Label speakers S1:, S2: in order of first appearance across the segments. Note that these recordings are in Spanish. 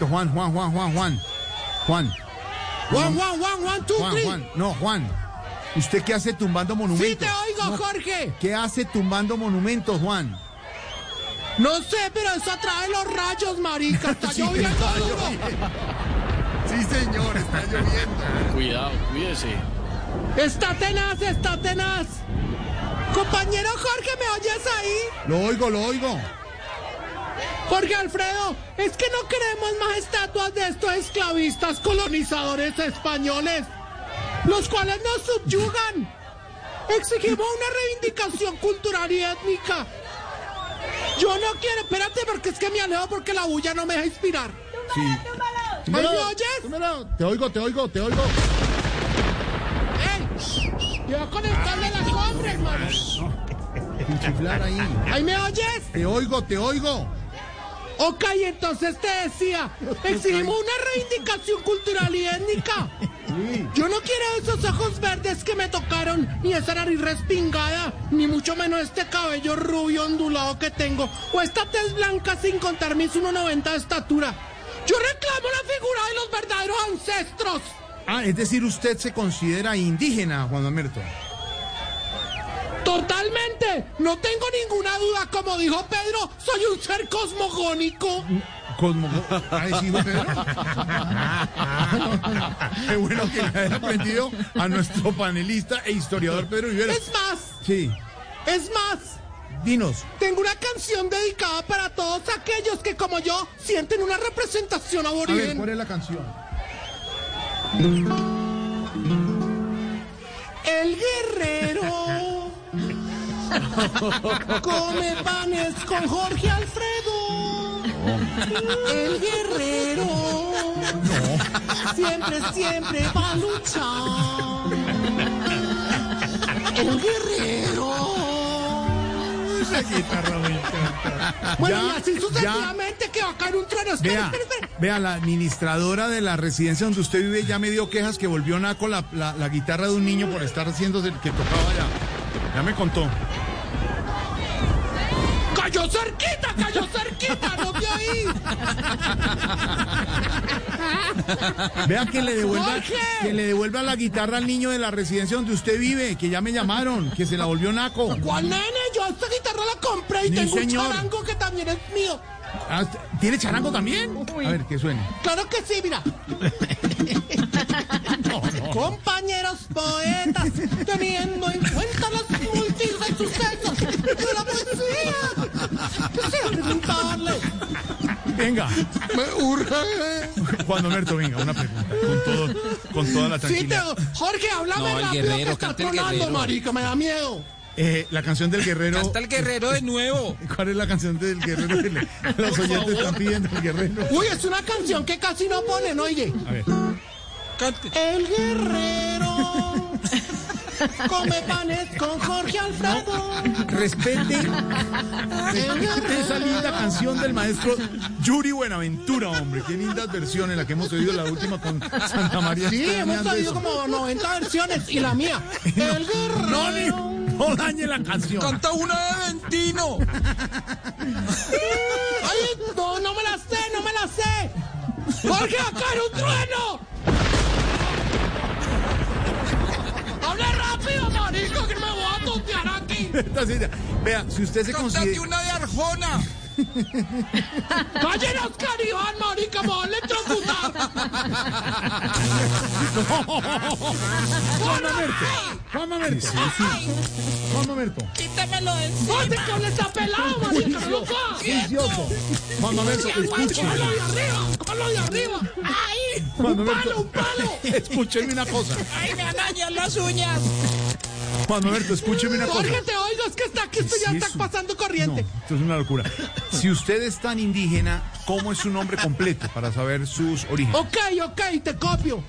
S1: Juan, Juan, Juan, Juan, Juan. Juan.
S2: Juan, Juan, Juan, Juan, tú,
S1: Juan, Juan. No, Juan. ¿Usted qué hace tumbando
S2: Sí
S1: monumentos?
S2: te oigo, Jorge.
S1: ¿Qué hace tumbando monumentos, Juan?
S2: No sé, pero eso atrae los rayos, marica. Está lloviendo duro.
S1: Sí, señor, está lloviendo.
S3: Cuidado, cuídese.
S2: Está tenaz, está tenaz. Compañero Jorge, ¿me oyes ahí?
S1: Lo oigo, lo oigo.
S2: Jorge Alfredo, es que no queremos más estatuas de estos esclavistas colonizadores españoles, los cuales nos subyugan. Exigimos una reivindicación cultural y étnica. Yo no quiero, espérate, porque es que me alejo porque la bulla no me deja inspirar.
S1: Sí.
S2: ¿Ahí me oyes?
S1: Túmbalo. Te oigo, te oigo, te oigo.
S2: ¡Ey! shh, ¡Yo voy a conectarle las hombres, mano!
S1: Sin chiflar ahí.
S2: ¿Ahí me oyes?
S1: Te oigo, te oigo.
S2: Ok, entonces te decía, exigimos una reivindicación cultural y étnica. Yo no quiero esos ojos verdes que me tocaron, ni esa nariz respingada, ni mucho menos este cabello rubio ondulado que tengo, o esta tez blanca sin contar mis 1,90 de estatura. Yo reclamo la figura de los verdaderos ancestros.
S1: Ah, es decir, usted se considera indígena, Juan Mamerto.
S2: Totalmente, no tengo ninguna duda, como dijo Pedro, soy un ser cosmogónico.
S1: Cosmo... ¿Ha decidido Pedro? Qué bueno que le haya aprendido a nuestro panelista e historiador Pedro Rivera.
S2: Es más,
S1: Sí,
S2: es más,
S1: dinos.
S2: tengo una canción dedicada para todos aquellos que como yo sienten una representación
S1: A ver, ¿cuál
S2: aborigen.
S1: es la canción?
S2: El guerrero come panes con Jorge Alfredo. El guerrero siempre, siempre va a luchar. El guerrero.
S1: Esa guitarra me encanta.
S2: Bueno,
S1: Ya,
S2: y así
S1: ya.
S2: sucesivamente que va a caer un trueno. Espera,
S1: Vea,
S2: espera, espera.
S1: vea, la administradora de la residencia donde usted vive ya me dio quejas que volvió naco la, la, la guitarra de un niño por estar haciéndose el que tocaba ya. Ya me contó.
S2: ¡Cayó cerquita! ¡Cayó cerquita! ¡No te oí!
S1: Vea que le devuelva
S2: Jorge.
S1: que le devuelva la guitarra al niño de la residencia donde usted vive, que ya me llamaron, que se la volvió naco.
S2: ¿Cuál nene? Yo esta guitarra la compré y
S1: Ni
S2: tengo
S1: señor.
S2: un charango que también es mío.
S1: Ah, ¿Tiene charango también? A ver, que suene.
S2: Claro que sí, mira. Compañeros poetas, teniendo en cuenta los múltiples sucesos de la poesía, quisiera preguntarle.
S1: Venga,
S2: Me urge.
S1: Juan Alberto, venga, una pregunta. Con, todo, con toda la
S2: Sí, te...
S1: tranquilidad.
S2: Jorge, háblame
S4: No, el
S2: rápido
S4: guerrero,
S2: que está
S4: canta el
S2: tronando,
S4: guerrero.
S2: marica, me da miedo.
S1: Eh, la canción del guerrero.
S4: Hasta el guerrero de nuevo.
S1: ¿Cuál es la canción del guerrero que le- los oyentes están pidiendo el guerrero?
S2: Uy, es una canción que casi no ponen, oye.
S1: A ver.
S4: Cante.
S2: El guerrero come panes con Jorge Alfredo.
S1: Respete, respete
S2: El
S1: esa
S2: guerrero.
S1: linda canción del maestro Yuri Buenaventura, hombre. Qué lindas versiones la que hemos oído la última con Santa María.
S2: Sí, hemos
S1: oído
S2: traído como 90 versiones y la mía. El
S1: No, ni-
S2: guerrero.
S1: no dañe la canción.
S4: Canta una de Ventino.
S2: Oye, no, no me la sé, no me la sé. Jorge, acá era un trueno. Habla rápido, marico, que me voy a tontear aquí.
S1: Esta sí, ya. Vea, si usted se
S4: Cántate
S1: considera.
S4: una de Arjona.
S2: Vayan a Oscar Iván, marica, me voy a electrocutar.
S1: Juan Mamerto. Juan Mamerto. Juan Mamerto.
S4: Quítamelo de
S2: ¡No te cables a pelado, marica, loca!
S1: Vicioso. Juan Mamerto,
S2: ¡Con
S1: escúcheme.
S2: lo de arriba! ¡Con lo de arriba! ¡Ay!
S1: Juan
S2: ¡Un palo,
S1: Mamerto,
S2: un palo!
S1: escúcheme una cosa.
S4: Ay, me van a dañar las uñas.
S1: Juan Mamerto, escúcheme una cosa.
S2: Jorge, te oigo, es que está aquí estoy
S1: ¿Qué
S2: Pues ya
S1: es
S2: está
S1: eso?
S2: pasando corriente.
S1: No, esto es una locura. Si usted es tan indígena, ¿cómo es su nombre completo para saber sus orígenes?
S2: Ok, ok, te copio.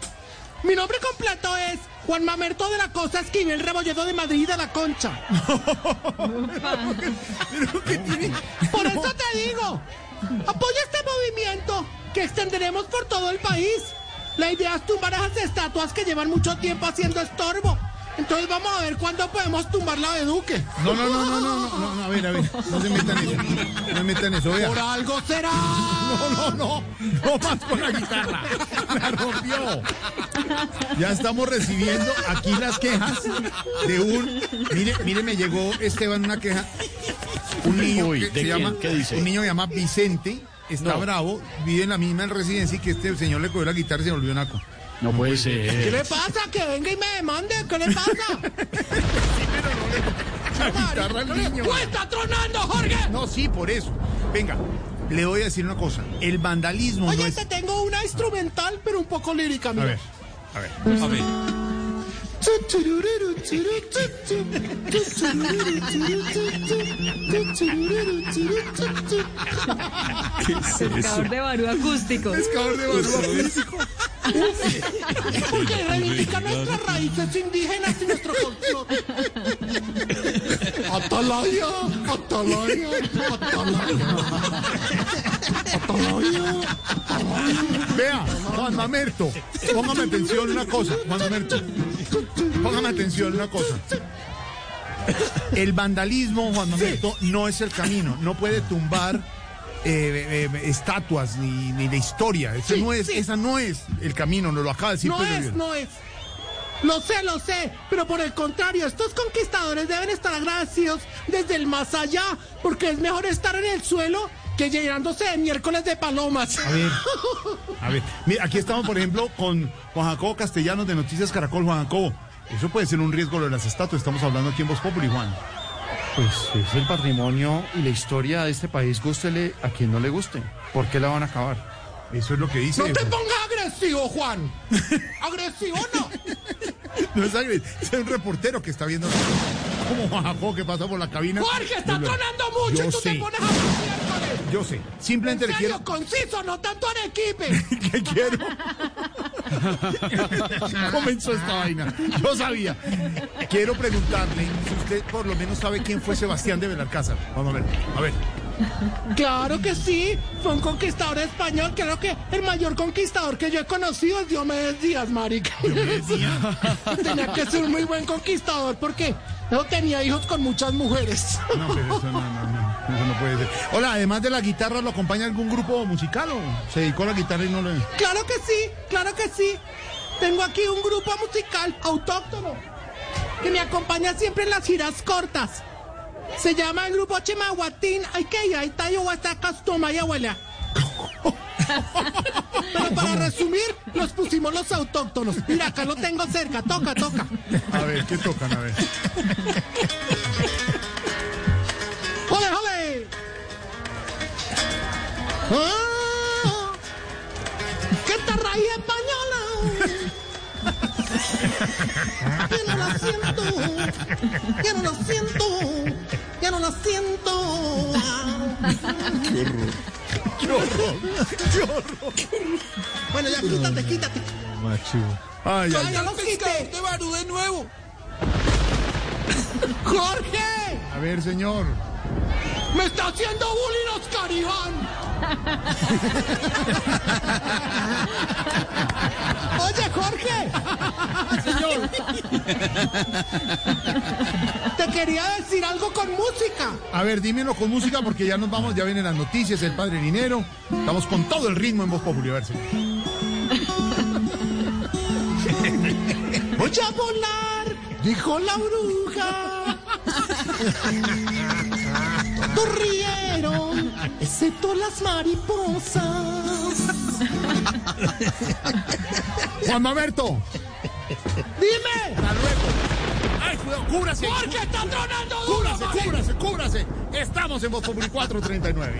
S2: Mi nombre completo es Juan Mamerto de la Cosa Esquivel Rebolledo de Madrid de la Concha. Por eso te digo, apoya este movimiento que extenderemos por todo el país. La idea es tumbar esas estatuas que llevan mucho tiempo haciendo estorbo. Entonces vamos a ver cuándo podemos tumbar la de Duque.
S1: No, no, no, no, no, no, no, no, a ver, a ver, no se metan eso, no se metan eso, vea.
S2: Por algo será.
S1: No, no, no, no más con la guitarra, la rompió. Ya estamos recibiendo aquí las quejas de un, mire, mire, me llegó Esteban una queja, un niño
S3: Uy,
S1: que
S3: ¿de
S1: se
S3: quién?
S1: llama,
S3: ¿Qué dice?
S1: un niño que se llama Vicente, está
S3: No.
S1: bravo, vive en la misma residencia y que este señor le cogió la guitarra y se volvió naco.
S3: No puede
S2: ¿Qué
S3: ser.
S2: le pasa? Que venga y me demande. ¿Qué le pasa?
S1: La guitarra al niño.
S2: ¡Uy, está tronando, Jorge!
S1: No, sí, por eso. Venga, le voy a decir una cosa, el vandalismo no
S2: Oye,
S1: es...
S2: te tengo una instrumental, pero un poco lírica,
S1: A
S2: mira.
S1: ver, a ver.
S4: A ver.
S2: Tu, turururu, turu, tu, tu, tu, turururu, turu, tu, tu, tu, turururu, turu, tu, tu.
S5: Pescador de barú acústico.
S1: Pescador de Barú.
S2: Porque reivindica nuestras raíces indígenas y nuestro folclore. Atalaya, atalaya, atalaya. Atalaya.
S1: Vea, Juan Mamerto, póngame atención una cosa, Juan Mamerto, póngame atención una cosa. El vandalismo, Juan Mamerto, no es el camino, no puede tumbar eh, eh, eh, estatuas ni, ni la historia, Eso
S2: Sí,
S1: no es,
S2: sí.
S1: esa no es el camino, nos lo acaba de decir
S2: No
S1: Pedro
S2: es,
S1: Viveros.
S2: no es. Lo sé, lo sé, pero por el contrario, estos conquistadores deben estar agradecidos desde el más allá, porque es mejor estar en el suelo que llenándose de miércoles de palomas.
S1: A ver, a ver, mira, aquí estamos, por ejemplo, con Juan Jacobo Castellanos de Noticias Caracol, Juan Jacobo. Eso puede ser un riesgo lo de las estatuas, estamos hablando aquí en Voz Populi, Juan.
S6: Pues es el patrimonio y la historia de este país, gústele a quien no le guste. ¿Por qué la van a acabar?
S1: Eso es lo que dice.
S2: No te pongas agresivo, Juan. Agresivo no.
S1: No es alguien, es un reportero que está viendo como Juan Jacobo que pasa por la cabina.
S2: Jorge, está
S1: Yo-
S2: tronando mucho
S1: yo
S2: y tú
S1: sé,
S2: te pones a hablar miércoles.
S1: Yo sé.
S2: En
S1: Simplemente le quiero.
S2: serio, conciso, no tanto en equipo.
S1: que quiero. Comenzó esta vaina. Yo sabía. Quiero preguntarle si usted por lo menos sabe quién fue Sebastián de Belalcázar. Vamos a ver. A ver.
S2: Claro que sí, fue un conquistador español, creo que el mayor conquistador que yo he conocido es Diomedes Díaz, marica. tenía que ser un muy buen conquistador porque no tenía hijos con muchas mujeres.
S1: No, pero eso no, no, no. Eso no puede ser. Hola, además de la guitarra, ¿lo acompaña algún grupo musical o se dedicó a la guitarra y no le.
S2: Claro que sí, claro que sí. Tengo aquí un grupo musical autóctono que me acompaña siempre en las giras cortas. Se llama el grupo Chimahuatín. Ay, que ahí está yo, hasta castoma y abuela. Pero para resumir, los pusimos los autóctonos. Mira, acá lo tengo cerca. Toca, toca.
S1: A ver, ¿qué tocan? A ver.
S2: ¡Jole, jole! ¡Ah! ¡Que esta raíz española! ¡Ya no la siento! ¡Ya no la siento! ¡Ya no la siento! Bueno, ya quítate, quítate.
S1: Ay, ay,
S2: ¡Ya
S1: ay.
S2: lo
S4: Pescador
S2: quité!
S4: de barú de nuevo.
S2: ¡Jorge!
S1: A ver, señor.
S2: ¡Me está haciendo bullying Oscar Iván! Oye, Jorge. Señor. Te quería decir algo con música.
S1: A ver, dímelo con música porque ya nos vamos, ya vienen las noticias, el padre dinero. Estamos con todo el ritmo en Voz Populi, a ver, señor.
S2: Voy a volar, dijo la bruja. Corrieron, excepto las mariposas.
S1: Juan Mamerto.
S2: ¡Dime!
S1: Hasta luego. Ay, cuidado, cúbrase.
S2: ¡Jorge está tronando duro,
S1: Cúbrase,
S2: marica.
S1: cúbrase, cúbrase. Estamos en Voz Populi 439.